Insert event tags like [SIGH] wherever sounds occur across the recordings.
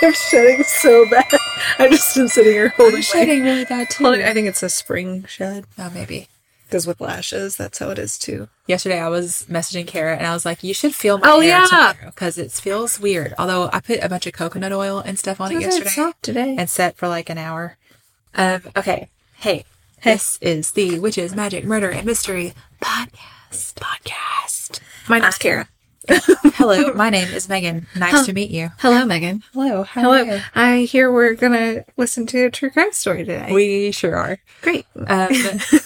I'm shedding so bad. [LAUGHS] I've just been sitting here holding. I'm my- shedding really bad too. holding- I think it's a spring shed oh, maybe. because with lashes, that's how it is too. Yesterday I was messaging Kara and I was like, "You should feel my Oh, hair yeah. because it feels weird." Although I put a bunch of coconut oil and stuff on it yesterday today. and set for like an hour. Um. Okay. Hey. This is the Witches, Magic, Murder, and Mystery podcast. Podcast. my name's Kara. Hello, my name is Megan. Nice to meet you. Hello, Megan. Hello. How Hello. I hear we're gonna listen to a true crime story today. We sure are. Great. Uh, Um,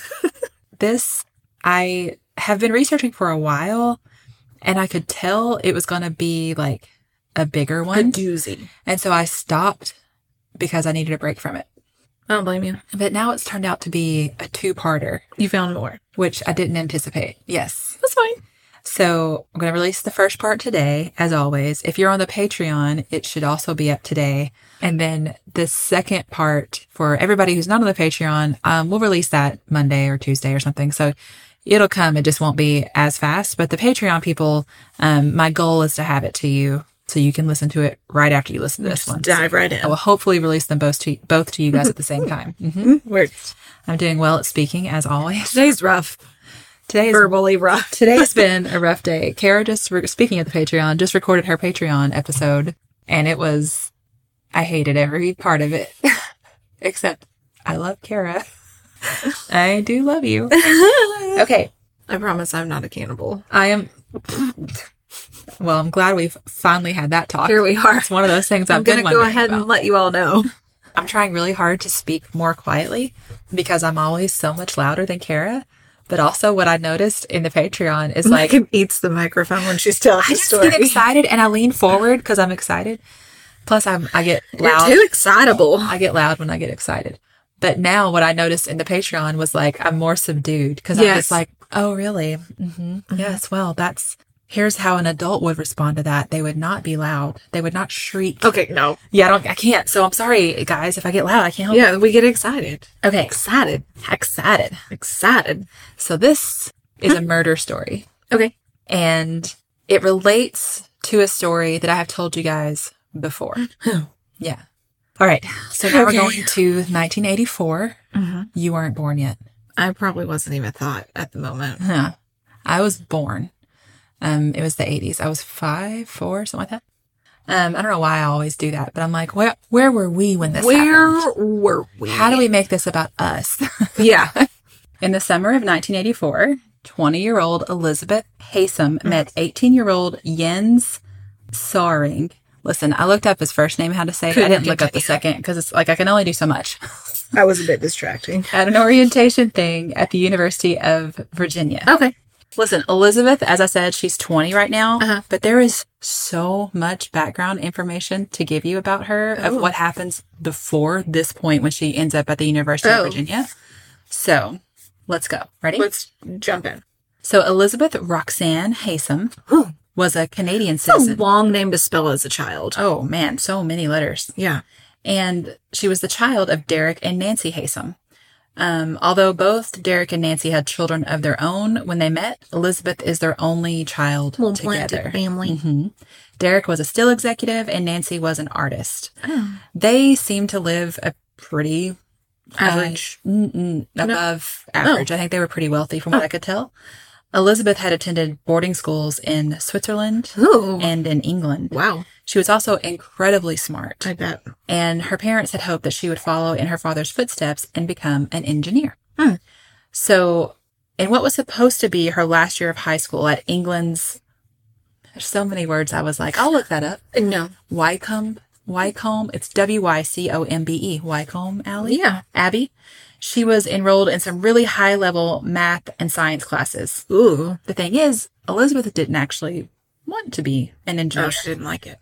this I have been researching for a while, and I could tell it was going to be like a bigger one, doozy. and so I stopped because I needed a break from it. I don't blame you. But now it's turned out to be a two-parter, You found more. which I didn't anticipate. Yes. That's fine. So I'm going to release the first part today, as always. If you're on the Patreon, it should also be up today. And then the second part for everybody who's not on the Patreon, um, we'll release that Monday or Tuesday or something. So it'll come. It just won't be as fast. But the Patreon people, um, my goal is to have it to you so you can listen to it right after you listen to this one. Dive right in. I will hopefully release them both to both to you guys at the same time. hmm We're, I'm doing well at speaking as always. today's rough. Today is Verbally rough. Today's been a rough day. Kara just re- speaking of the Patreon, just recorded her Patreon episode, and it was I hated every part of it, [LAUGHS] except I love Kara. [LAUGHS] I do love you. Okay, [LAUGHS] I promise I'm not a cannibal. I am. Well, I'm glad we've finally had that talk. Here we are. It's one of those things I've I'm gonna been go wondering ahead and about. let you all know. I'm trying really hard to speak more quietly because I'm always so much louder than Kara. But also, what I noticed in the Patreon is like Megan eats the microphone when she's telling I the just story. get excited and I lean forward because I'm excited. Plus, I'm I get You're loud. too excitable. I get loud when I get excited. But now, what I noticed in the Patreon was like I'm more subdued because I'm Yes. Mm-hmm. just like, oh, really? hmm Yes. Well, that's here's how an adult would respond to that. They would not be loud. They would not shriek. Okay, no. Yeah, I don't. I can't. So I'm sorry, guys. If I get loud, I can't. help Yeah, we get excited. it. Okay. Excited. Excited. Excited. So this is a murder story. Okay. and it relates to a story that I have told you guys [LAUGHS] before. yeah. All right. So now Oh. Okay. Mm-hmm. we're going to 1984. You weren't born yet. I probably wasn't even thought at the moment. Huh. I was born. Um, it was the 80s. I was five, four, something like that. Um, I don't know why I always do that, but I'm like, where where were we when this Where happened? were we? How do we make this about us? [LAUGHS] [LAUGHS] Yeah. In the summer of 1984, 20 year old Elizabeth Haysom met 18 year old Jens Saring. Listen, I looked up his first name, how to say it. I Couldn't didn't look up the continue. second because it's like I can only do so much. [LAUGHS] I was a bit distracting. At an orientation thing at the University of Virginia. Okay. Listen, Elizabeth, as I said, she's 20 right now, Uh-huh. but there is so much background information to give you about her Oh. of what happens before this point when she ends up at the University Oh. of Virginia. So let's go. Ready? Let's jump in. So Elizabeth Roxanne Haysom was a Canadian It's a citizen. long name to spell as a child. Oh man, so many letters. Yeah. And she was the child of Derek and Nancy Haysom. Um, although both Derek and Nancy had children of their own when they met, Elizabeth is their only child Well, together. blended Mm-hmm. family. Derek was a still executive and Nancy was an artist. They seem to live a pretty Average. uh, mm, mm, above average. I think they were pretty wealthy from what Oh. I could tell. Elizabeth had attended boarding schools in Switzerland Ooh. and in England. wow. She was also incredibly smart, I bet. and her parents had hoped that she would follow in her father's footsteps and become an engineer. Hmm. So, in what was supposed to be her last year of high school at England's There's so many words I was like, I'll look that up. No. Wycombe, Wycombe. It's W Y C O M B E. Wycombe Alley. Yeah. Abby. She was enrolled in some really high level math and science classes. Ooh. The thing is, Elizabeth didn't actually want to be an engineer. Oh, she didn't like it.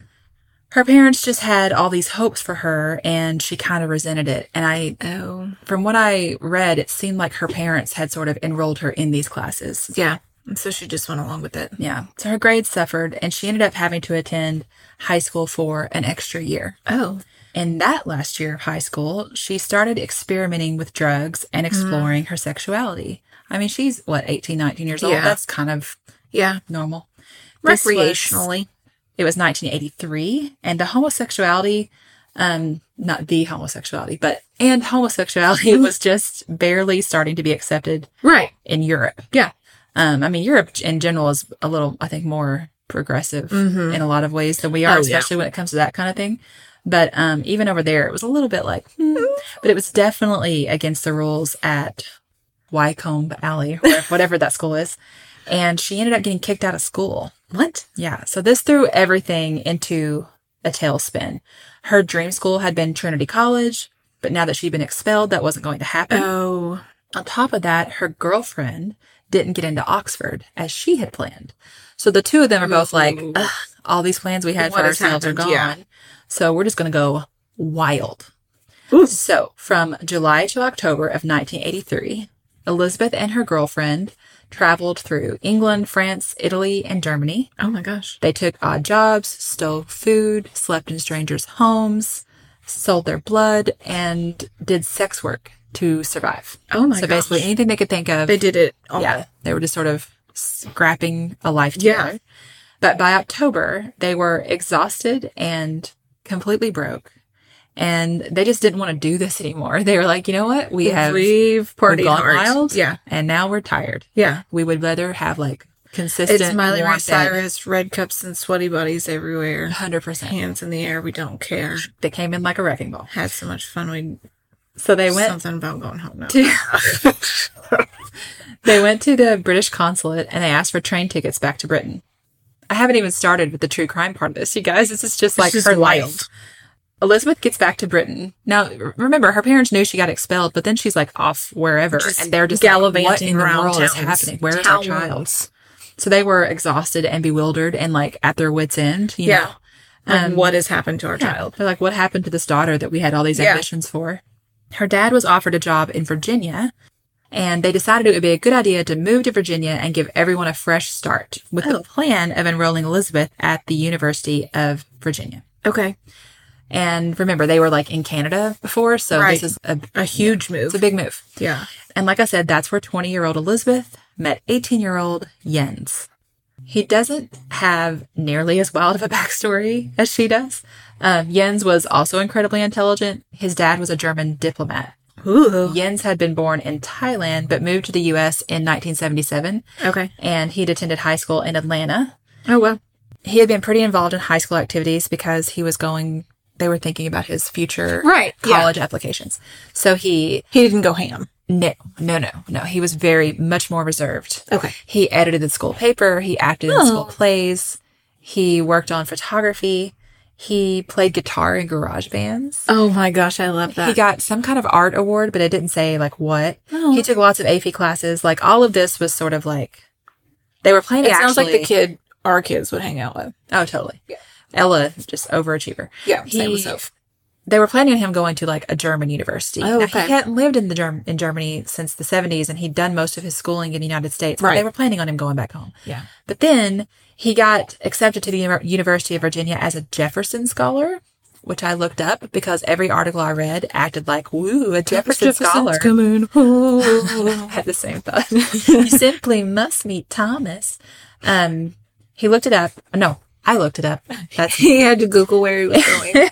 Her parents just had all these hopes for her and she kind of resented it. And I, Oh. from what I read, it seemed like her parents had sort of enrolled her in these classes. Yeah. And so she just went along with it. Yeah. So her grades suffered and she ended up having to attend high school for an extra year. Oh. In that last year of high school, she started experimenting with drugs and exploring her sexuality. I mean, she's what, 18, 19 years old? Yeah. That's kind of Yeah. normal. This was- Recreationally. it was 1983, and the homosexuality, um, not the homosexuality, but and homosexuality [LAUGHS] was just barely starting to be accepted Right. in Europe. Yeah. Um, I mean, Europe in general is a little, I think, more progressive Mhm. in a lot of ways than we are, Oh, yeah. especially when it comes to that kind of thing. But um, even over there, it was a little bit like, hmm. but it was definitely against the rules at Wycombe Alley, [LAUGHS] or whatever that school is. And she ended up getting kicked out of school. What? Yeah. So this threw everything into a tailspin. Her dream school had been Trinity College, but now that she'd been expelled, that wasn't going to happen. Oh. On top of that, her girlfriend didn't get into Oxford as she had planned. So the two of them are both like, Ooh. Ugh, all these plans we had What for has ourselves are gone. happened? Yeah. So we're just going to go wild. Ooh. So from July to October of 1983, Elizabeth and her girlfriend traveled through England, France, Italy, and Germany. Oh my gosh. They took odd jobs, stole food, slept in strangers' homes, sold their blood, and did sex work to survive. Oh my So basically, gosh. anything they could think of. They did it all. yeah, they were just sort of scrapping a life Yeah. together. But by October, they were exhausted and completely broke. And they just didn't want to do this anymore. They were like, you know what? We have We've we've partied gone hard. wild, Yeah. and now we're tired. Yeah. We would rather have like consistent. It's Miley warm Ray Cyrus, red cups and sweaty bodies everywhere. Hundred percent. Hands in the air, we don't care. They came in like a wrecking ball. Had so much fun. We So they went something about going home now. to [LAUGHS] they went to the British consulate and they asked for train tickets back to Britain. I haven't even started with the true crime part of this, you guys. This is just like just her wild. life. Elizabeth gets back to Britain. Now, r- remember, her parents knew she got expelled, but then she's like off wherever, Just and they're just gallivanting like, what in the around world is towns, happening? Where is our child? towns. So they were exhausted and bewildered and like at their wits' end. You Yeah. know? Um, Like, what has happened to our Yeah. child? They're like, what happened to this daughter that we had all these Yeah. ambitions for? Her dad was offered a job in Virginia, and they decided it would be a good idea to move to Virginia and give everyone a fresh start with Oh. the plan of enrolling Elizabeth at the University of Virginia. Okay. And remember, they were like in Canada before, so Right. this is a, A huge move. it's a big move. yeah. And like I said, that's where 20 year old Elizabeth met 18 year old Jens. He doesn't have nearly as wild of a [LAUGHS] backstory as she does. Um, Jens was also incredibly intelligent. His dad was a German diplomat. Ooh. Jens had been born in Thailand but moved to the US in 1977, Okay. and he'd attended high school in Atlanta. Oh well. He had been pretty involved in high school activities because he was going, they were thinking about his future Right, yeah. college applications. So he He didn't go ham. no, no, no, no. He was very much more reserved. Okay. Oh. He edited the school paper. He acted in school plays. He worked on photography. He played guitar in garage bands. Oh my gosh, I love He got some kind of art award, but it didn't say like what. Oh. He took lots of AP classes. Like all of this was sort of like they were playing. it It sounds like the actually- kid our kids would hang out with. Oh, totally. Ella, just overachiever. Yeah. He- same with Soph. they were planning on him going to like a German university. Oh, Now, okay. he hadn't lived in the Germ- in Germany since the 70s, and he'd done most of his schooling in the United States. But they Right. were planning on him going back home. Yeah. But then he got accepted to the Uni- University of Virginia as a Jefferson Scholar, which I looked up because every article I read acted like, "Woo, a Jefferson, Scholar." [LAUGHS] had the same thought. you simply must meet Thomas. Um, he looked it up. No, I looked it up. That's [LAUGHS] He had to Google where he was [LAUGHS] going.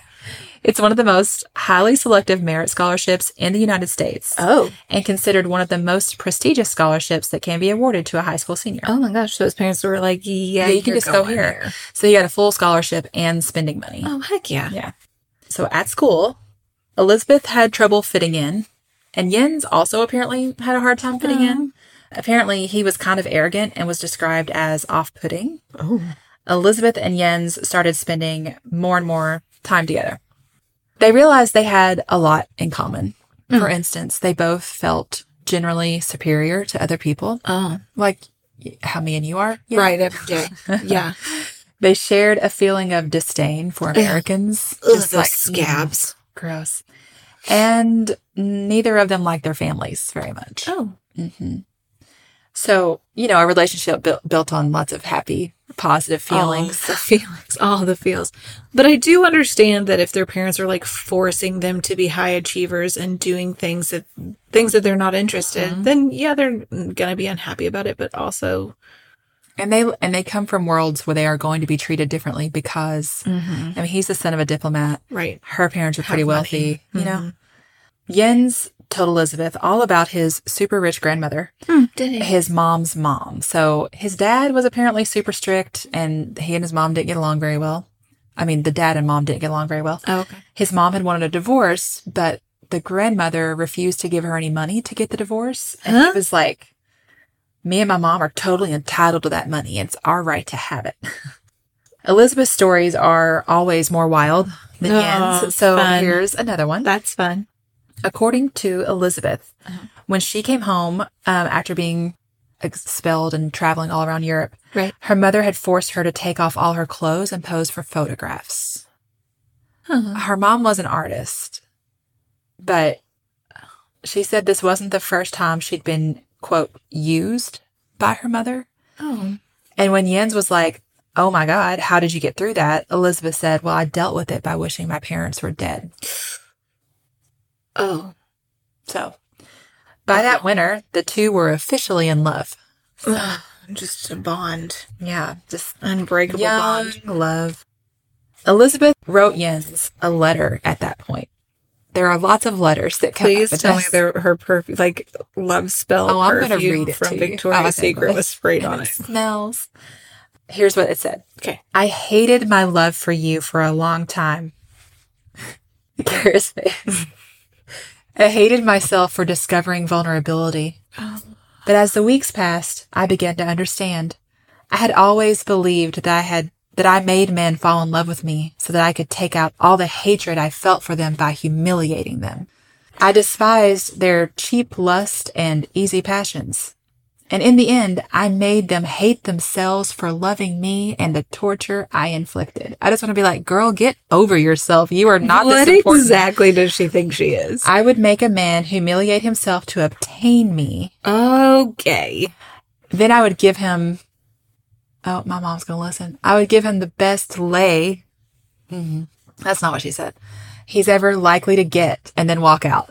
it's one of the most highly selective merit scholarships in the United States oh. and considered one of the most prestigious scholarships that can be awarded to a high school senior. Oh my gosh. So his parents were like, yeah, yeah, you can you're just go going here. So you got a full scholarship and spending money. Oh heck yeah. Yeah. So at school, Elizabeth had trouble fitting in, and Jens also apparently had a hard time fitting in. Apparently, he was kind of arrogant and was described as off putting. Oh. Elizabeth and Jens started spending more and more time together. They realized they had a lot in common. For instance, they both felt generally superior to other people, Oh, like y- how me and you are. Yeah. right every day. [LAUGHS] Yeah, They shared a feeling of disdain for Americans. just like mm-hmm. like mm-hmm. scabs. Gross. And neither of them liked their families very much. Oh, hmm So, you know, a relationship built built on lots of happy, [LAUGHS] positive feelings. all the feelings, all the feels. But I do understand that if their parents are like forcing them to be high achievers and doing things that things that they're not interested, in, then yeah, they're gonna be unhappy about it. But also, And they and they come from worlds where they are going to be treated differently because I mean, he's the son of a diplomat. right? Her parents are pretty Mm-hmm. Have wealthy, money. Mm-hmm. you know. Jens told Elizabeth all about his super rich grandmother, Hmm. Did it? his mom's mom. So his dad was apparently super strict and he and his mom didn't get along very well. I mean, the dad and mom didn't get along very well. Oh, okay. His mom had wanted a divorce, but the grandmother refused to give her any money to get the divorce. And Huh? he was like, Me and my mom are totally entitled to that money. It's our right to have it. [LAUGHS] Elizabeth's stories are always more wild than Oh, Anne's. So fun. here's another one. That's fun. According to Elizabeth, when she came home um, after being expelled and traveling all around Europe, Right. her mother had forced her to take off all her clothes and pose for photographs. Huh. Her mom was an artist, but she said this wasn't the first time she'd been, quote, used by her mother. Oh, And when Jens was like, Oh my God, how did you get through that? Elizabeth said, Well, I dealt with it by wishing my parents were dead. oh, So by that winter, the two were officially in love. Ugh, [SIGHS] Just a bond, Yeah, just unbreakable young bond. love. Elizabeth wrote Jens a letter at that point. There are lots of letters that come Please up with tell me this. their, her perfume, like love spell Oh, I'm gonna perfume read it to from you. Victoria's Oh, okay, Secret good. was sprayed and on it it. smells. Here's what it said. Okay. I hated my love for you for a long time. [LAUGHS] Kara's face. I hated myself for discovering vulnerability. But as the weeks passed, I began to understand. I had always believed that I had that I made men fall in love with me so that I could take out all the hatred I felt for them by humiliating them. I despised their cheap lust and easy passions. And in the end, I made them hate themselves for loving me and the torture I inflicted. I just want to be like, girl, get over yourself. You are not what this important. exactly does she think she is? I would make a man humiliate himself to obtain me. Okay. Then I would give him, oh, my mom's going to listen. I would give him the best lay. hmm That's not what she said. He's ever likely to get and then walk out.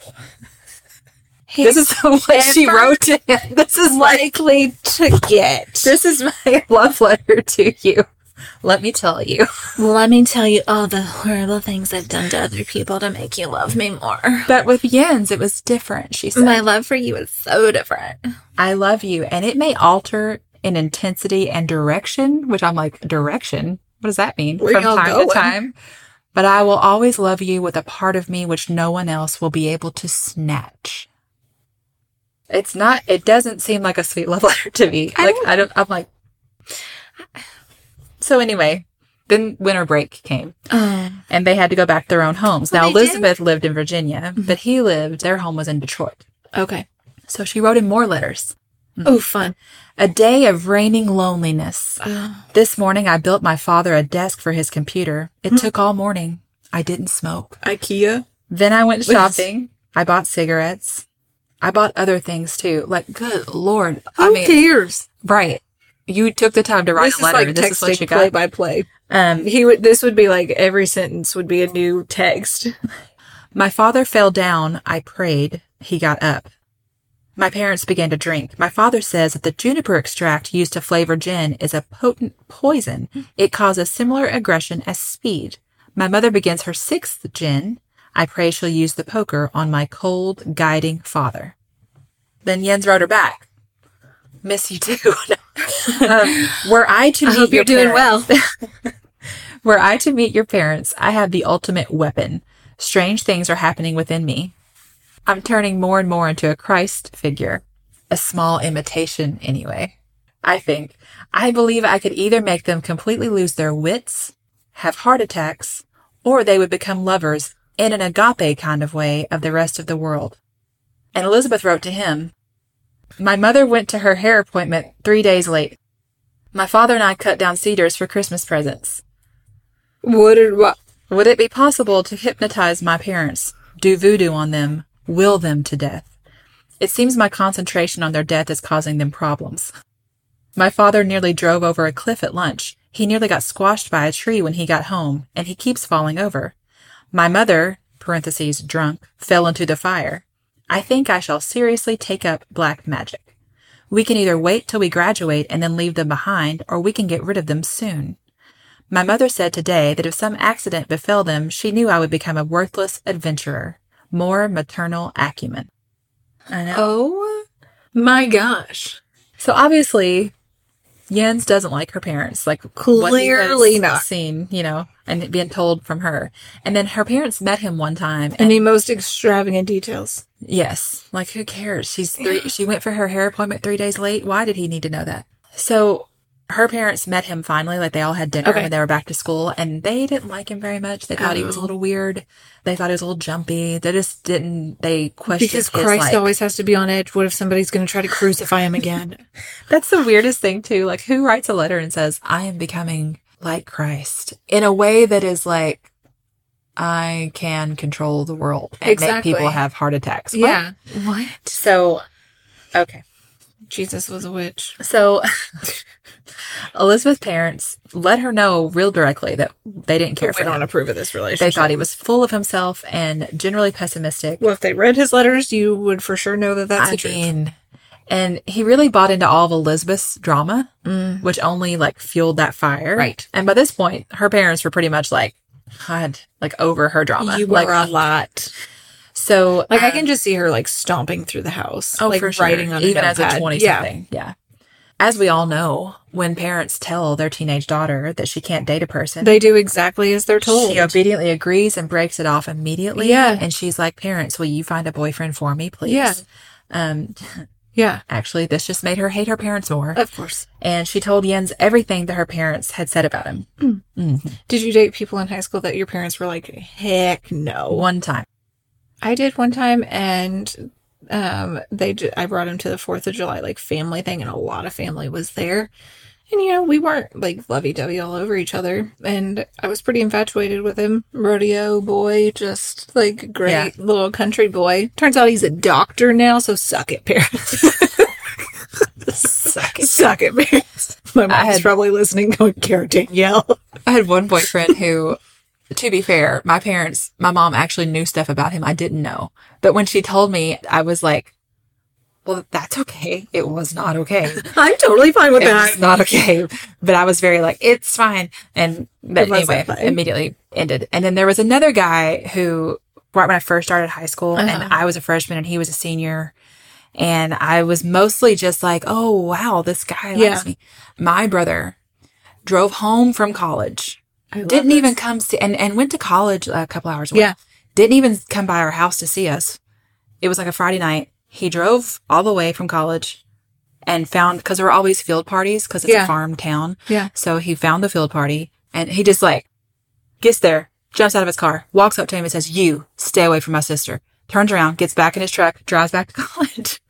[LAUGHS] This is [LAUGHS] what she ever- wrote to him. [LAUGHS] This is like, likely to get. this is my love letter to you. Let me tell you. Let me tell you all the horrible things I've done to other people to make you love me more. But with Jens, it was different. She said, My love for you is so different. I love you. And it may alter in intensity and direction, which I'm like, direction? What does that mean? Where From y'all time going? to time. But I will always love you with a part of me which no one else will be able to snatch. It's not, it doesn't seem like a sweet love [LAUGHS] letter to me. like, I don't, I'm like, so anyway, then winter break came Oh, and they had to go back to their own homes. Well, now, they did. Elizabeth lived in Virginia, but he lived, their home was in Detroit. okay. So she wrote him more letters. Oh, fun. A day of reigning loneliness. Ah. Oh, This morning I built my father a desk for his computer. It Hmm. took all morning. I didn't smoke. IKEA. Then I went shopping. I bought cigarettes. I bought other things too. Like, good lord. I mean, cares? right. You took the time to write This a is letter. like this is what you texting play got. by play. um, He would. This would be like every sentence would be a new text. My father fell down. I prayed. He got up. My parents began to drink. My father says that the juniper extract used to flavor gin is a potent poison. It causes similar aggression as speed. My mother begins her sixth gin. I pray she'll use the poker on my cold, guiding father. Then Jens wrote her back. Miss you too. [LAUGHS] um, were I to I meet hope your you're doing parents- well. [LAUGHS] were I to meet your parents, I have the ultimate weapon. Strange things are happening within me. I'm turning more and more into a Christ figure. A small imitation, anyway. I think. I believe I could either make them completely lose their wits, have heart attacks, or they would become lovers in an agape kind of way of the rest of the world. And Elizabeth wrote to him, My mother went to her hair appointment three days late. My father and I cut down cedars for Christmas presents. What are, what? Would it be possible to hypnotize my parents, do voodoo on them, will them to death? It seems my concentration on their death is causing them problems. My father nearly drove over a cliff at lunch. He nearly got squashed by a tree when he got home, and he keeps falling over. My mother, parentheses, drunk, fell into the fire. I think I shall seriously take up black magic. We can either wait till we graduate and then leave them behind, or we can get rid of them soon. My mother said today that if some accident befell them, she knew I would become a worthless adventurer. More maternal acumen. I know. Oh my gosh. So obviously, Jens doesn't like her parents. Like what he has Clearly not. seen, you know, and being told from her. And then her parents met him one time, And and the most extravagant details. yes, like who cares? She's three. she went for her hair appointment three days late. Why did he need to know that? So her parents met him finally. Like they all had dinner Okay. Oh. when they were back to school, and they didn't like him very much. They thought he was a little weird. They thought he was a little jumpy. They just didn't. They questioned Because his, Christ like- always has to be on edge. What if somebody's going to try to crucify [LAUGHS] him again? That's the weirdest thing too. Like who writes a letter and says, I am becoming like Christ in a way that is like, I can control the world and Exactly. make people have heart attacks. What? yeah. What? So, okay. Jesus was a witch. So [LAUGHS] Elizabeth's parents let her know real directly that they didn't care for him. approve of this relationship. They thought he was full of himself and generally pessimistic. Well, if they read his letters, you would for sure know that that's I the truth. mean, and he really bought into all of Elizabeth's drama, which only like fueled that fire. Mm. Right. And by this point, her parents were pretty much like, God, like over her drama. You were like, a lot. so Like I can just see her like stomping through the house, oh, like for sure. writing on even as notepad. a twenty Yeah. something. Yeah. As we all know, when parents tell their teenage daughter that she can't date a person, They do exactly as they're told. she obediently agrees and breaks it off immediately. Yeah. And she's like, Parents, will you find a boyfriend for me, please? Yeah. Um, yeah, actually, this just made her hate her parents more. of course. and she told Jens everything that her parents had said about [CLEARS THROAT] him. Mm-hmm. Did you date people in high school that your parents were like, "Heck no"? One time. I did one time, and um, they j- I brought him to the Fourth of July like family thing, and a lot of family was there. And you know, we weren't like lovey dovey all over each other, and I was pretty infatuated with him. Rodeo boy, just like great Yeah. little country boy. Turns out he's a doctor now, so suck it, parents. [LAUGHS] Suck suck it, parents. My mom's had- probably listening, going, "Care Danielle." I had one boyfriend who, to be fair, my parents, my mom actually knew stuff about him I didn't know. But when she told me, I was like, well, that's okay. It was not okay. I'm totally fine with It was not okay. But I was very like, it's fine. And but It wasn't anyway, fine. immediately ended. And then there was another guy who, right when I first started high school, and Uh-huh. I was a freshman and he was a senior. And I was mostly just like, oh, wow, this guy likes Yeah. me. My brother drove home from college, I love didn't this. even come see, and, and went to college a couple hours away. Yeah. Didn't even come by our house to see us. It was like a Friday night. He drove all the way from college and found, because there were always field parties because it's Yeah. a farm town. Yeah. So he found the field party and he just like gets there, jumps out of his car, walks up to him and says, You stay away from my sister. Turns around, gets back in his truck, drives back to [LAUGHS] college.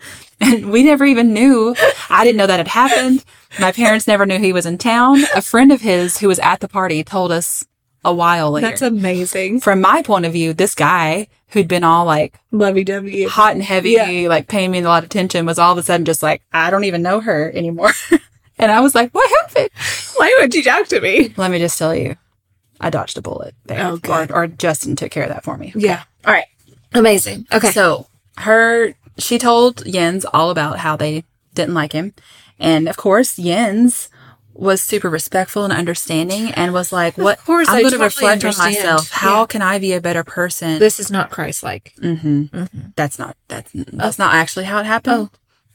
And we never even knew. I didn't know that had happened. My parents never knew he was in town. A friend of his who was at the party told us a while later. That's amazing. From my point of view, this guy who'd been all like Lovey dovey. hot and heavy, Yeah. like paying me a lot of attention, was all of a sudden just like, I don't even know her anymore. [LAUGHS] and I was like, What happened? Why would you talk to me? Let me just tell you, I dodged a bullet there. Oh, good. Or, or Justin took care of that for me. Yeah. All right. Amazing. Okay. So her, she told Jens all about how they didn't like him, and of course Jens was super respectful and understanding, and was like, "What? course, I'm I going to totally reflect on understand. myself. How Yeah. can I be a better person? this is not Christ like. hmm That's not that's Oh. that's not actually how it happened.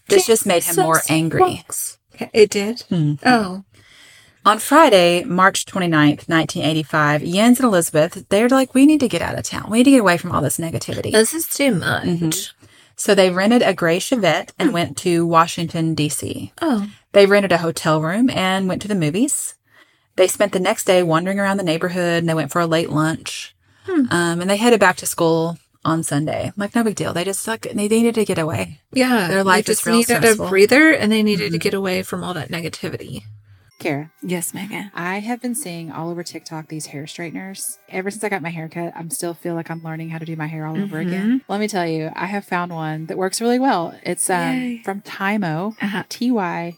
This just made him more angry." It did? Oh. On Friday, March 29th, 1985, Jens and Elizabeth, they're like, we need to get out of town. We need to get away from all this Uh, negativity. This is too much. Mm-hmm. So they rented a gray Chevette and went to Washington, D.C. Oh. They rented a hotel room and went to the movies. They spent the next day wandering around the neighborhood and they went for a late lunch. Um, and they headed back to school on Sunday. Like, no big deal. They just like, they needed to get away. Yeah. Their life they is just real needed stressful. a breather and they needed to get away from all that negativity. Kara, Yes, Megan. I have been seeing all over TikTok these hair straighteners. Ever since I got my haircut, I'm still feel like I'm learning how to do my hair all over again. Mm-hmm. Let me tell you, I have found one that works really well. It's um, Yay. from Tymo, Uh-huh. T Y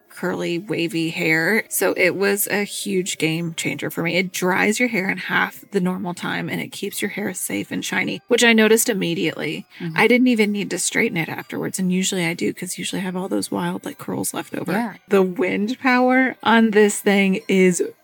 curly, wavy hair. So it was a huge game changer for me. It dries your hair in half the normal time and it keeps your hair safe and shiny, which I noticed immediately. Mhm. I didn't even need to straighten it afterwards. And usually I do because usually I have all those wild like curls left over. Yeah. The wind power on this thing is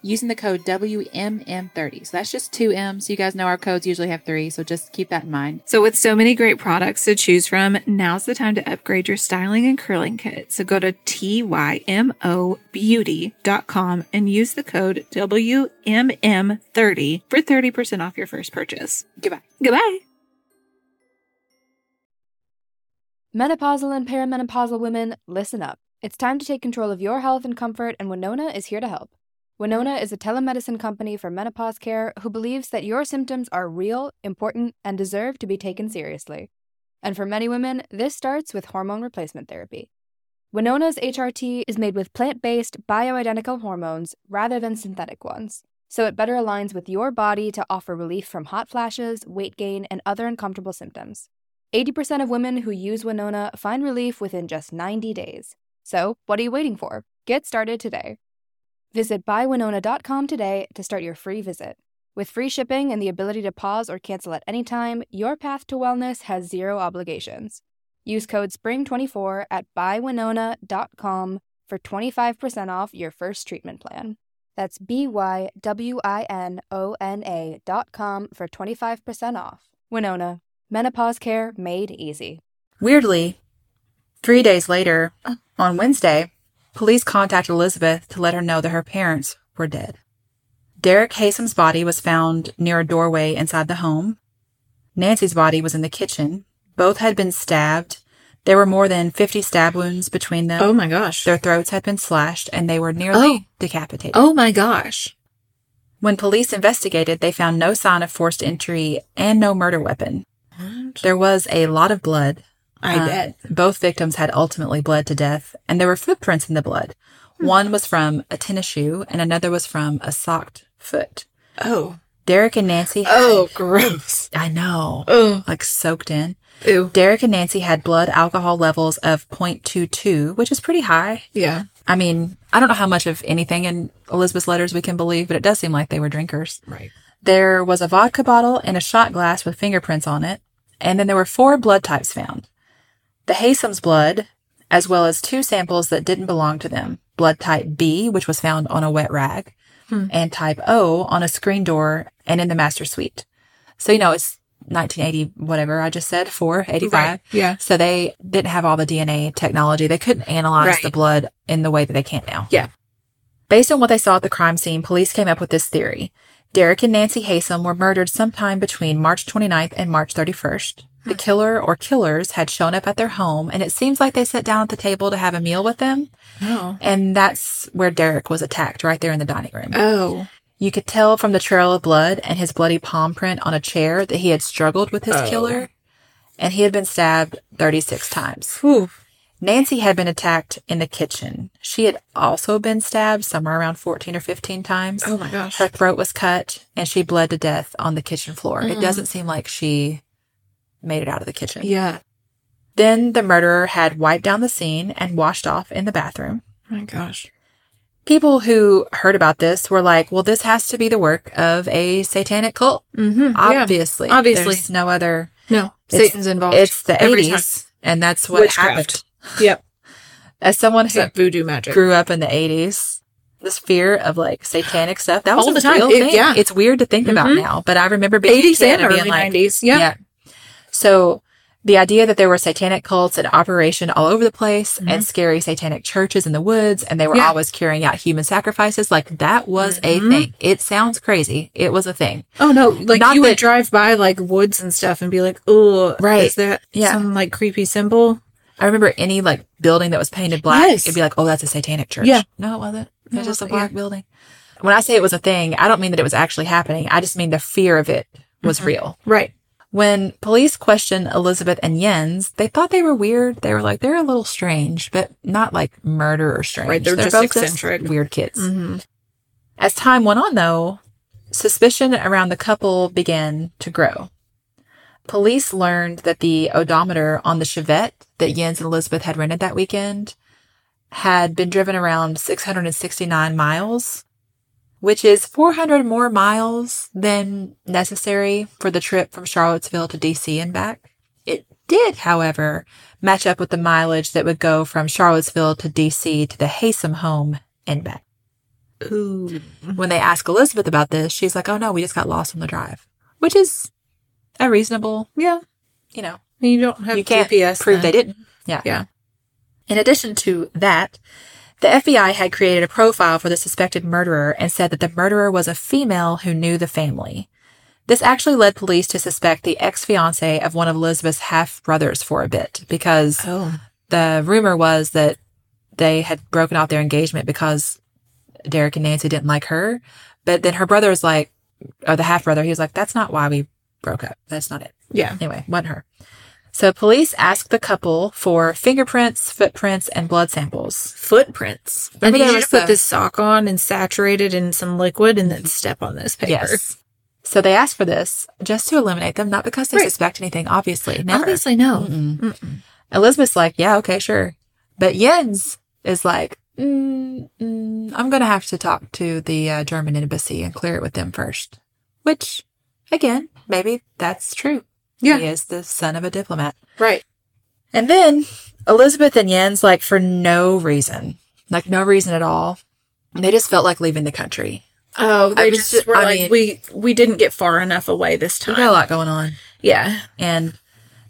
using the code WMM30. So that's just two M. So you guys know our codes usually have three. So just keep that in mind. So, with so many great products to choose from, now's the time to upgrade your styling and curling kit. So, go to TYMOBeauty.com and use the code WMM30 for 30% off your first purchase. Goodbye. Goodbye. Menopausal and perimenopausal women, listen up. It's time to take control of your health and comfort, and Winona is here to help. Winona is a telemedicine company for menopause care who believes that your symptoms are real, important, and deserve to be taken seriously. And for many women, this starts with hormone replacement therapy. Winona's HRT is made with plant based, bioidentical hormones rather than synthetic ones, so it better aligns with your body to offer relief from hot flashes, weight gain, and other uncomfortable symptoms. 80% of women who use Winona find relief within just 90 days. So, what are you waiting for? Get started today. Visit buywinona.com today to start your free visit. With free shipping and the ability to pause or cancel at any time, your path to wellness has zero obligations. Use code SPRING24 at buywinona.com for 25% off your first treatment plan. That's B Y W I N O N A dot com for 25% off. Winona, Menopause care made easy. Weirdly, three days later, on Wednesday, police contacted Elizabeth to let her know that her parents were dead. Derek Hasem's body was found near a doorway inside the home. Nancy's body was in the kitchen. Both had been stabbed. There were more than 50 stab wounds between them. Oh my gosh. Their throats had been slashed and they were nearly Oh. decapitated. Oh my gosh. When police investigated, they found no sign of forced entry and no murder weapon. There was a lot of blood. I Uh, bet. Both victims had ultimately bled to death, and there were footprints in the blood. Hmm. One was from a tennis shoe, and another was from a socked foot. Oh. Derek and Nancy. Had, Oh, gross. I know. Oh. Like soaked in. Ew. Derek and Nancy had blood alcohol levels of 0.22, which is pretty high. Yeah. I mean, I don't know how much of anything in Elizabeth's letters we can believe, but it does seem like they were drinkers. Right. There was a vodka bottle and a shot glass with fingerprints on it, and then there were four blood types found. The Hasem's blood, as well as two samples that didn't belong to them. Blood type B, which was found on a wet rag, Hmm. and type O on a screen door and in the master suite. So, you know, it's 1980, whatever I just said, 485. Right. Yeah. So they didn't have all the DNA technology. They couldn't analyze Right. the blood in the way that they can now. Yeah. Based on what they saw at the crime scene, police came up with this theory. Derek and Nancy Haysom were murdered sometime between March 29th and March 31st. Hmm. The killer or killers had shown up at their home, and it seems like they sat down at the table to have a meal with them. Oh. And that's where Derek was attacked, right there in the dining room. Oh. You could tell from the trail of blood and his bloody palm print on a chair that he had struggled with his Oh. killer, and he had been stabbed 36 times. Whew. Nancy had been attacked in the kitchen. She had also been stabbed somewhere around 14 or 15 times. Oh my gosh. Her throat was cut and she bled to death on the kitchen floor. Mm-hmm. It doesn't seem like she made it out of the kitchen. Yeah. Then the murderer had wiped down the scene and washed off in the bathroom. my gosh. People who heard about this were like, well, this has to be the work of a satanic cult. Mm-hmm. Obviously. Obviously. There's no other. No. It's- Satan's involved. It's the Every 80s. And that's what happened. Witchcraft. Yep. As someone who Except voodoo magic. grew up in the 80s, this fear of like satanic stuff, that was All a the time. real It- thing. yeah. It's weird to think about Mhm. now, but I remember being 80s and and early being like, 90s. Yeah. So the idea that there were satanic cults in operation all over the place and scary satanic churches in the woods and they were Mm-hmm. Yeah. Mm-hmm. always carrying out human sacrifices, like that was a thing. It sounds crazy. It was a thing. Oh no! Like Not you would that- drive by like woods and stuff and be like, "Oh, Right. Is that Yeah. some like creepy symbol?" I remember any like building that was painted black, Yes. it'd be like, oh, that's a satanic church. Yeah. No, it wasn't. It No, was it just a wasn't. Yeah. black building. When I say it was a thing, I don't mean that it was actually happening. I just mean the fear of it was Mm-hmm. real. Right. When police questioned Elizabeth and Jens, they thought they were weird. They were like, they're a little strange, but not like murder or strange. Right, they're just both eccentric. weird kids. Mm-hmm. As time went on, though, suspicion around the couple began to grow. Police learned that the odometer on the Chevette that Jens and Elizabeth had rented that weekend had been driven around 669 miles, which is 400 more miles than necessary for the trip from Charlottesville to DC and back. It did, however, match up with the mileage that would go from Charlottesville to DC to the Haysom home and back Ooh. when they ask Elizabeth about this, she's like, "Oh no, we just got lost on the drive," which is a reasonable, Yeah. you know, You don't have you can't GPS. prove they then. didn't. Yeah, Yeah. In addition to that, the FBI had created a profile for the suspected murderer and said that the murderer was a female who knew the family. This actually led police to suspect the ex fiance of one of Elizabeth's half brothers for a bit because Oh. the rumor was that they had broken off their engagement because Derek and Nancy didn't like her. But then her brother was like, or the half brother, he was like, that's not why we broke up. That's not it. Yeah. Anyway, wasn't her. So police asked the couple for fingerprints, footprints, and blood samples. Footprints. I And think there you was just put a- this sock on and saturate it in some liquid and then step on this paper. Yes. So they asked for this just to eliminate them, not because they Right. suspect anything, obviously. Never. Obviously, no. Mm-mm. Mm-mm. Elizabeth's like, yeah, okay, sure. But Jens is like, mm, mm, I'm going to have to talk to the uh, German embassy and clear it with them first. Which, again, maybe that's true. Yeah. He is the son of a diplomat. Right. And then Elizabeth and Jens, like, for no reason, like, no reason at all, they just felt like leaving the country. Oh, they I just- just, were I like, mean- we we didn't get far enough away this We time. got a lot going on. Yeah. And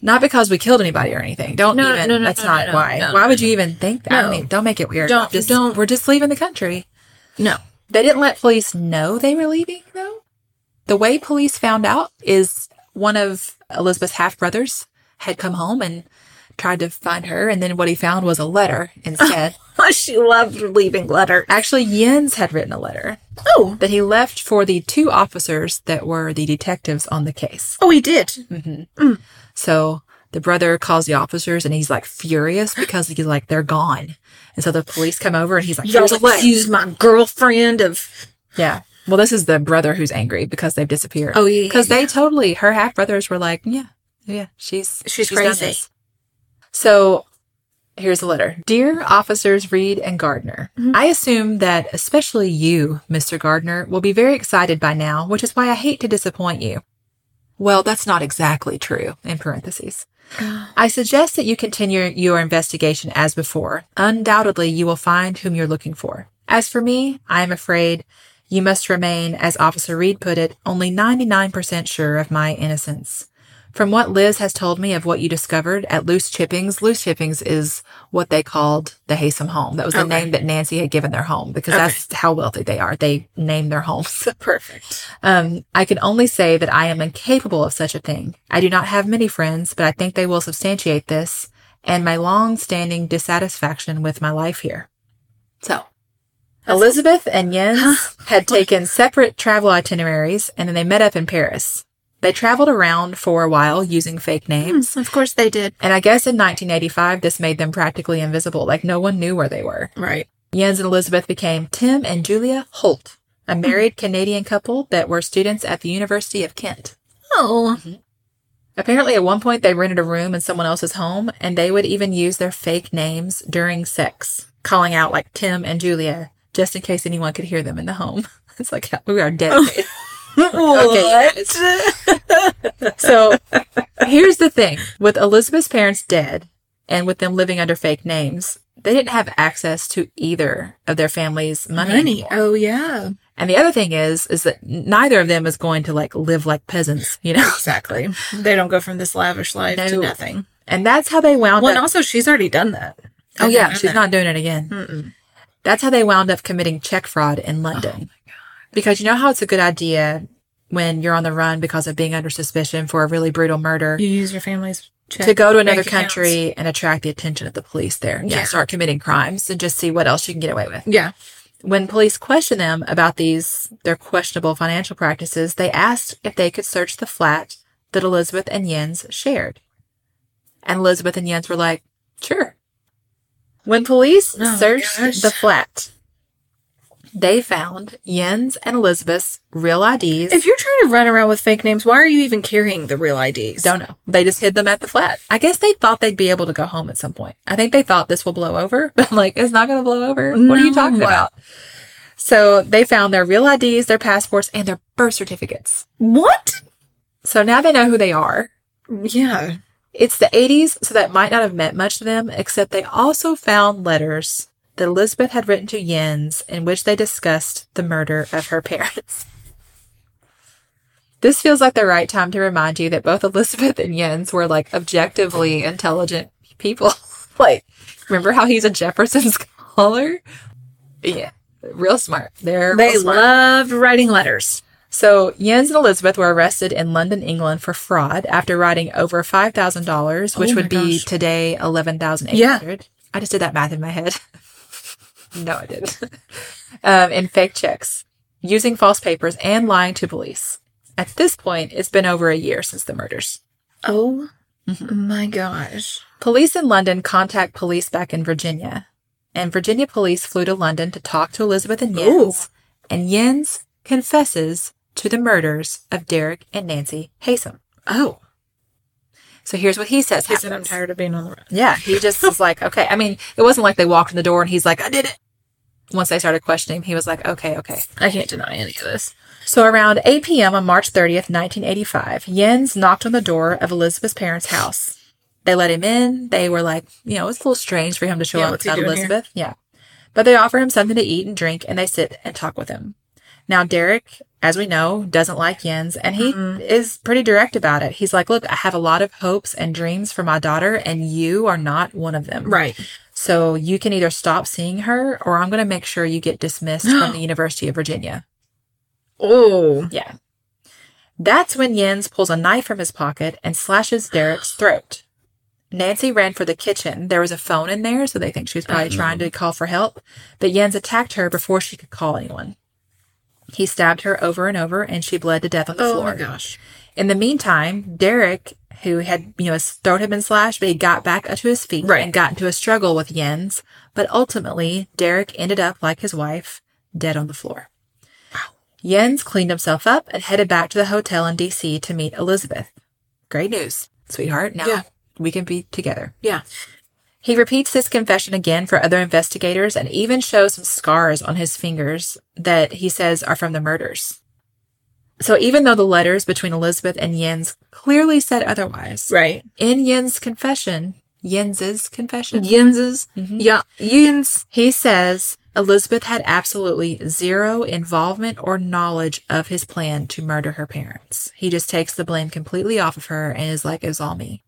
not because we killed anybody or anything. Don't No, even. no, no, that's no, not no, no, why. no, why would you even think that? I don't, No. even- don't make it weird. Don't- Just, don't- We're just leaving the country. No. They didn't let police know they were leaving, though. The way police found out is one of Elizabeth's half brothers had come home and tried to find her, and then what he found was a letter instead. she loved leaving letter. Actually, Jens had written a letter Oh. that he left for the two officers that were the detectives on the case. Mm-hmm. Oh, he did. Mm. So the brother calls the officers and he's like furious because he's like, they're gone. And so the police come over and he's like, Y'all here's a letter. accused my girlfriend of. Yeah. Well, this is the brother who's angry because they've disappeared. Oh, yeah, yeah, Because they totally, her half brothers were like, yeah, yeah, she's, She's done crazy. this. So here's a letter Dear officers Reed and Gardner, Mm-hmm. I assume that especially you, Mr. Gardner, will be very excited by now, which is why I hate to disappoint you. Well, that's not exactly true, in parentheses. I suggest that you continue your investigation as before. Undoubtedly, you will find whom you're looking for. As for me, I am afraid you must remain, as Officer Reed put it, only 99% sure of my innocence. From what Liz has told me of what you discovered at Loose Chippings, Loose Chippings is what they called the Haysom home. That was the Okay. name that Nancy had given their home because Okay. that's how wealthy they are. They name their homes. [LAUGHS] Perfect. Um, I can only say that I am incapable of such a thing. I do not have many friends, but I think they will substantiate this and my long standing dissatisfaction with my life here. So, Elizabeth and Jens had taken separate travel itineraries and then they met up in Paris. They traveled around for a while using fake names. Hmm, Of course they did. And I guess in 1985, this made them practically invisible. Like no one knew where they were. Right. Jens and Elizabeth became Tim and Julia Holt, a married Canadian couple that were students at the University of Kent. Mm-hmm. Oh. Apparently, at one point, they rented a room in someone else's home, and they would even use their fake names during sex, calling out like Tim and Julia, just in case anyone could hear them in the home. [LAUGHS] It's like we are dedicated. What? so here's the thing with Elizabeth's parents dead and with them living under fake names, they didn't have access to either of their family's money. Money. anymore. Oh yeah. And the other thing is, is that neither of them is going to like live like peasants, you know? Exactly. They don't go from this lavish life to No. nothing. [LAUGHS] And that's how they wound Well, and up. also Hmm. she's already done that. Oh I've yeah, done she's that. not doing it again. Mm-mm. That's how they wound up committing check fraud in London. Oh, Because you know how it's a good idea when you're on the run because of being under suspicion for a really brutal murder You use your family's check to go to another bank accounts. country and attract the attention of the police there. Yeah, Yeah. start committing crimes and just see what else you can get away with. Yeah. When police questioned them about these their questionable financial practices, they asked if they could search the flat that Elizabeth and Jens shared. And Elizabeth and Jens were like, "Sure." When police Oh, searched gosh. the flat, they found Jens and Elizabeth's real IDs. If you're trying to run around with fake names, why are you even carrying the real IDs? Don't know. They just hid them at the flat. I guess they thought they'd be able to go home at some point. I think they thought this will blow over, [LAUGHS] but I'm like, it's not going to blow over. What are you talking No. about? So they found their real IDs, their passports, and their birth certificates. What? So now they know who they are. Yeah. It's the 80s, so that might not have meant much to them, except they also found letters that Elizabeth had written to Jens in which they discussed the murder of her [LAUGHS] parents. This feels like the right time to remind you that both Elizabeth and Jens were like objectively intelligent people. [LAUGHS] like, remember how he's a Jefferson [LAUGHS] scholar? Yeah, real smart. They're They real smart. loved writing letters. So Jens and Elizabeth were arrested in London, England for fraud after writing over five thousand dollars, which Oh my would be gosh. today eleven thousand eight hundred. I just did that math in my head. [LAUGHS] no, I didn't. [LAUGHS] um, in fake checks, using false papers, and lying to police. At this point, it's been over a year since the murders. Oh my gosh. Police in London contact police back in Virginia, and Virginia police flew to London to talk to Elizabeth and Jens. And Jens confesses to the murders of Derek and Nancy Haysom. Oh. So here's what he says. He said, I'm happens. tired of being on the run. Yeah, he just is like, okay. I mean, it wasn't like they walked in the door and he's like, I did it. Once they started questioning him, he was like, okay, okay. I can't deny any of this. So around 8 p.m. on March 30th, 1985, Jens knocked on the door of Elizabeth's parents' house. They let him in. They were like, you know, it's a little strange for him to show Yeah, up what's he without doing here? Elizabeth. Yeah. But they offer him something to eat and drink and they sit and talk with him. Now, Derek, as we know, doesn't like Jens and he is pretty direct about it. He's like, look, I have a lot of hopes and dreams for my daughter and you are not one of them. Right. So you can either stop seeing her or I'm going to make sure you get dismissed from the University of Virginia. Oh. Yeah. That's when Jens pulls a knife from his pocket and slashes Derek's throat. Nancy ran for the kitchen. There was a phone in there, so they think she was probably Mm-hmm. trying to call for help. But Jens attacked her before she could call anyone. He stabbed her over and over, and she bled to death on the Oh floor. my gosh. In the meantime, Derek, who had, you know, his throat had been slashed, but he got back up to his feet Right. and got into a struggle with Jens. But ultimately, Derek ended up, like his wife, dead on the floor. Jens cleaned himself up and headed back to the hotel in D.C. to meet Elizabeth. Great news, sweetheart. Now Yeah. we can be together. Yeah. He repeats this confession again for other investigators and even shows some scars on his fingers that he says are from the murders. So even though the letters between Elizabeth and Jens clearly said otherwise, Right. in Jens' confession, Jens's confession, Mm-hmm. Yinz's. Yeah. Yins. he says Elizabeth had absolutely zero involvement or knowledge of his plan to murder her parents. He just takes the blame completely off of her and is like, it was all me.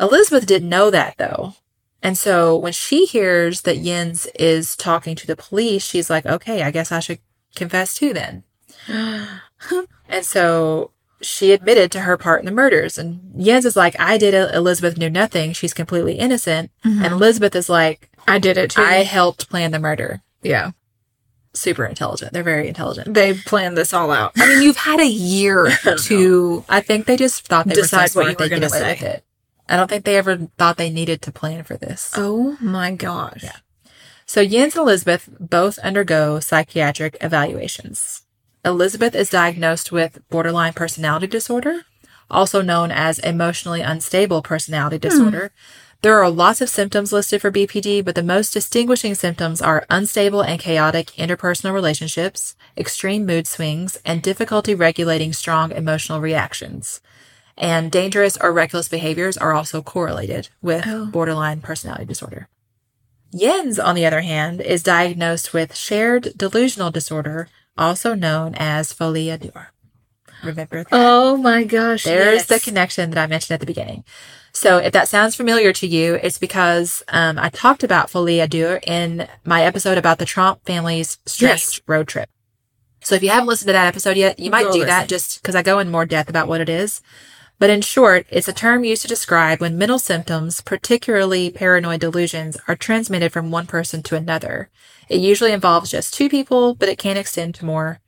Elizabeth didn't know that though. And so when she hears that Jens is talking to the police, she's like, okay, I guess I should confess [GASPS] too then. and so she admitted to her part in the murders. And Jens is like, I did it. Elizabeth knew nothing. She's completely innocent. And Elizabeth is like, Mm-hmm. I did it too. I helped plan the murder. yeah. Super intelligent. They're very intelligent. They planned this all out. I mean, you've had a [LAUGHS] year to. I think they just thought they Decide were so what you smart they were could gonna get away say. with it. I don't think they ever thought they needed to plan for this. Oh my gosh. So Jens and Elizabeth both undergo psychiatric evaluations. Elizabeth is diagnosed with borderline personality disorder, also known as emotionally unstable personality disorder. There are lots of symptoms listed for BPD, but the most distinguishing symptoms are unstable and chaotic interpersonal relationships, extreme mood swings, and difficulty regulating strong emotional reactions. And dangerous or reckless behaviors are also correlated with borderline personality disorder. Jens, on the other hand, is diagnosed with shared delusional disorder, also known as folia dure. Remember that? Oh my gosh. There's the connection that I mentioned at the beginning. So if that sounds familiar to you, it's because um, I talked about folia dure in my episode about the Trump family's stress road trip. So if you haven't listened to that episode yet, you might Go do listen. that just because I go in more depth about what it is. But in short, it's a term used to describe when mental symptoms, particularly paranoid delusions, are transmitted from one person to another. It usually involves just two people, but it can extend to more.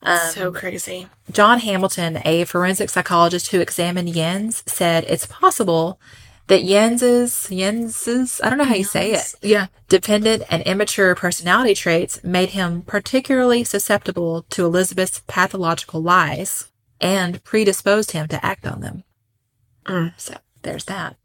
Um, so crazy. John Hamilton, a forensic psychologist who examined Jens, said it's possible that Jens's Jens's I don't know how you say it Yeah. dependent and immature personality traits made him particularly susceptible to Elizabeth's pathological lies and predisposed him to act on them. Mm. So there's that.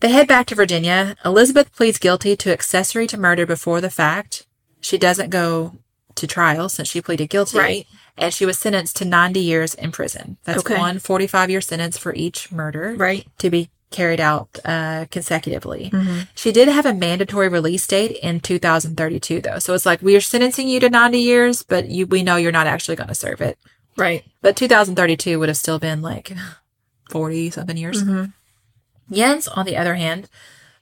They head back to Virginia. Elizabeth pleads guilty to accessory to murder before the fact. She doesn't go to trial since she pleaded guilty. Right. And she was sentenced to 90 years in prison. That's Okay. one 45 year sentence for each murder Right. to be carried out uh, consecutively. Mm-hmm. She did have a mandatory release date in 2032, though. So it's like we are sentencing you to 90 years, but you, we know you're not actually going to serve it. Right. But 2032 would have still been like 40 something years. Mm-hmm. Jens, on the other hand,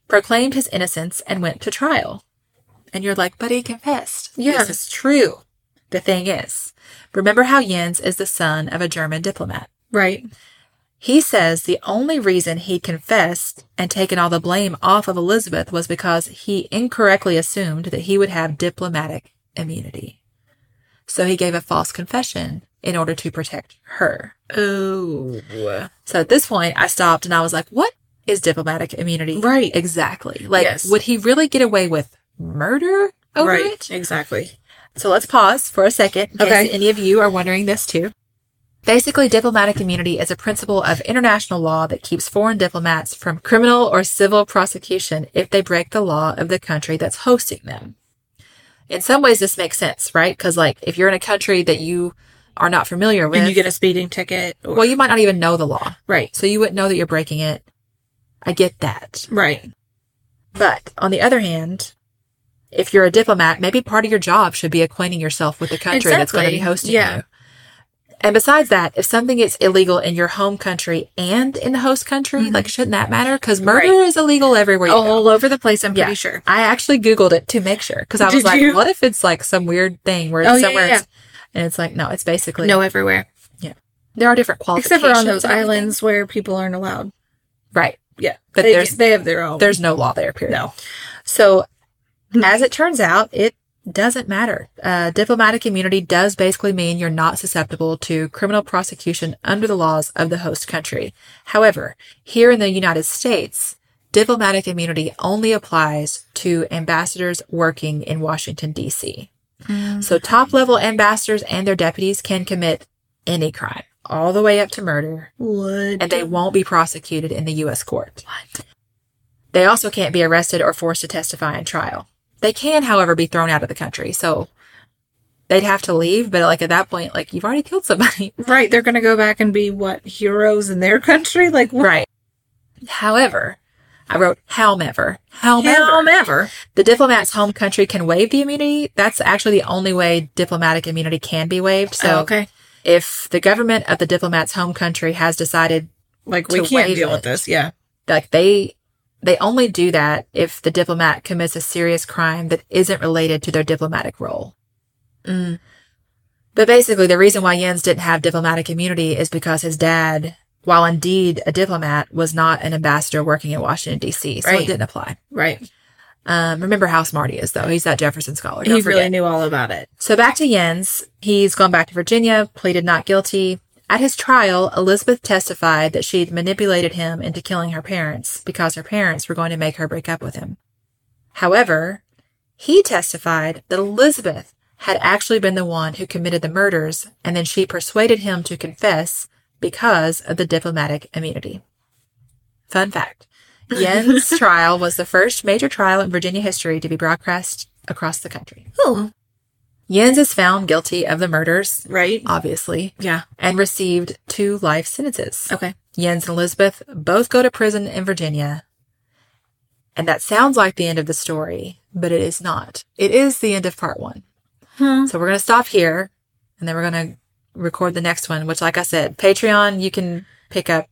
proclaimed his innocence and went to trial. And you're like, but he confessed. Yeah. This is true. The thing is, remember how Jens is the son of a German diplomat. Right. He says the only reason he confessed and taken all the blame off of Elizabeth was because he incorrectly assumed that he would have diplomatic immunity. So he gave a false confession in order to protect her. Oh. So at this point, I stopped and I was like, what is diplomatic immunity? Right. Exactly. Like, Yes. would he really get away with murder over right. it? Exactly. So let's pause for a second in Okay. case any of you are wondering this too. Basically, diplomatic immunity is a principle of international law that keeps foreign diplomats from criminal or civil prosecution if they break the law of the country that's hosting them. In some ways, this makes sense, right? Because, like, if you're in a country that you are not familiar with, And you get a speeding ticket. Or, well, you might not even know the law. right. So you wouldn't know that you're breaking it. I get that. Right. But on the other hand, if you're a diplomat, maybe part of your job should be acquainting yourself with the country that's going to be Exactly. hosting Yeah. you. And besides that, if something is illegal in your home country and in the host country, like shouldn't that matter? Because murder Mm-hmm. Right. is illegal everywhere you go. All over the place, I'm pretty sure. I actually Googled it to make sure because I was Did like, you? what if it's like some weird thing where it's Oh, yeah, somewhere, yeah, it's- and it's like, no, it's basically No, everywhere. There are different qualifications, Except for on those and everything. islands where people aren't allowed. right? Yeah. But they, there's- they have their own. There's no law there. Period. no. So, as it turns out, it doesn't matter. Uh, diplomatic immunity does basically mean you're not susceptible to criminal prosecution under the laws of the host country. However, here in the United States, diplomatic immunity only applies to ambassadors working in Washington, D.C. Mm. So, top level ambassadors and their deputies can commit any crime, all the way up to murder, Would. and they won't be prosecuted in the U.S. court. They also can't be arrested or forced to testify in trial. They can, however, be thrown out of the country. So they'd have to leave, but like at that point, like you've already killed somebody. [LAUGHS] Right. They're [LAUGHS] going to go back and be what? Heroes in their country? Like, what? Right. However, I wrote, however, however, However, the diplomat's home country can waive the immunity. That's actually the only way diplomatic immunity can be waived. So Oh, okay. if the government of the diplomat's home country has decided Like we To can't waive deal it. with this. Yeah. like they they only do that if the diplomat commits a serious crime that isn't related to their diplomatic role. Mm. But basically, the reason why Jens didn't have diplomatic immunity is because his dad, while indeed a diplomat, was not an ambassador working in Washington D.C., so Right. it didn't apply. Right. Um, remember how smart he is, though. He's that Jefferson scholar. Don't He forget. really knew all about it. So back to Jens. He's gone back to Virginia, pleaded not guilty. At his trial, Elizabeth testified that she'd manipulated him into killing her parents because her parents were going to make her break up with him. However, he testified that Elizabeth had actually been the one who committed the murders and then she persuaded him to confess because of the diplomatic immunity. Fun fact. Yen's trial was the first major trial in Virginia history to be broadcast across the country. Oh, Jens is found guilty of the murders, right. obviously, Yeah. and received two life sentences. Okay. Jens and Elizabeth both go to prison in Virginia. And that sounds like the end of the story, but it is not. It is the end of part one. Hmm. So we're going to stop here and then we're going to record the next one, which, like I said, Patreon, you can pick up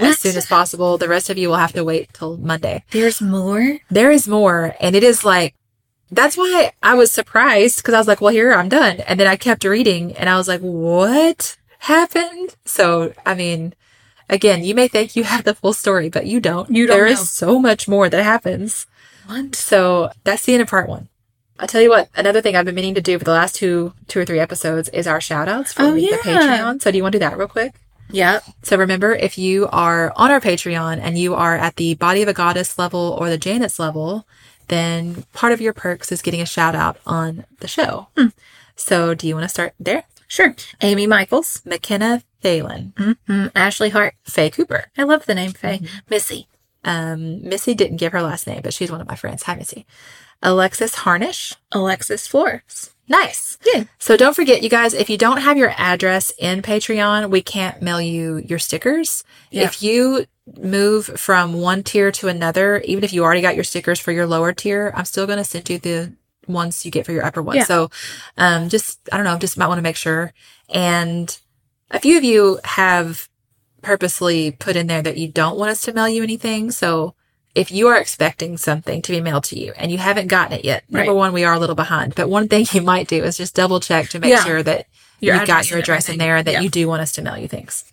as soon as possible. The rest of you will have to wait till Monday. There's more. There is more. And it is like, that's why I was surprised because I was like, well, here, I'm done. And then I kept reading and I was like, what happened? So, I mean, again, you may think you have the full story, but you don't. You don't There is know. so much more that happens. What? So that's the end of part one. I'll tell you what, another thing I've been meaning to do for the last two, two or three episodes is our shout outs for Oh, the yeah. Patreon. So do you want to do that real quick? Yep. So remember, if you are on our Patreon and you are at the Body of a Goddess level or the Janet's level, then part of your perks is getting a shout out on the show. So do you want to start there? Hmm. Sure. Amy Michaels. McKenna Thalen, Mm, Ashley Hart. Faye Cooper. Mm-hmm. I love the name Faye. Missy. Um, Missy didn't give her last name, but she's one of my friends. Hi, Missy. Alexis Harnish. Alexis Flores. Nice. Yeah. So don't forget, you guys, if you don't have your address in Patreon, we can't mail you your stickers. Yeah. If you move from one tier to another, even if you already got your stickers for your lower tier, I'm still going to send you the ones you get for your upper one. Yeah. So, um, just, I don't know, just might want to make sure. And a few of you have purposely put in there that you don't want us to mail you anything. So if you are expecting something to be mailed to you and you haven't gotten it yet, number Right. one, we are a little behind. But one thing [LAUGHS] you might do is just double check to make Yeah. sure that Your you've got address your and address in everything. there and that Yeah. you do want us to mail you things.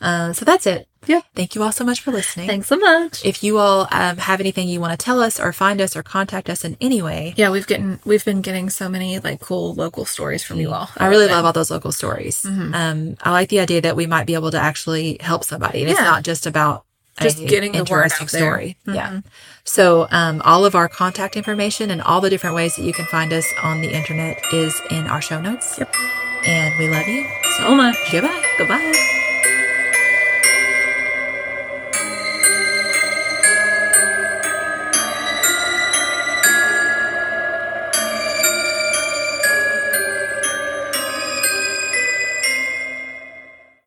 Uh, so that's it. Yeah. Thank you all so much for listening. Thanks so much. If you all um, have anything you want to tell us or find us or contact us in any way, Yeah, we've getting we've been getting so many like cool local stories from you all. Mm-hmm. I really it. love all those local stories. Um, I like the idea that we might be able to actually help somebody. And it's Yeah. not just about Just getting the word interesting out there. Mm-hmm. story. Yeah. So um, all of our contact information and all the different ways that you can find us on the internet is in our show notes. Yep. And we love you. so much. Goodbye. Goodbye.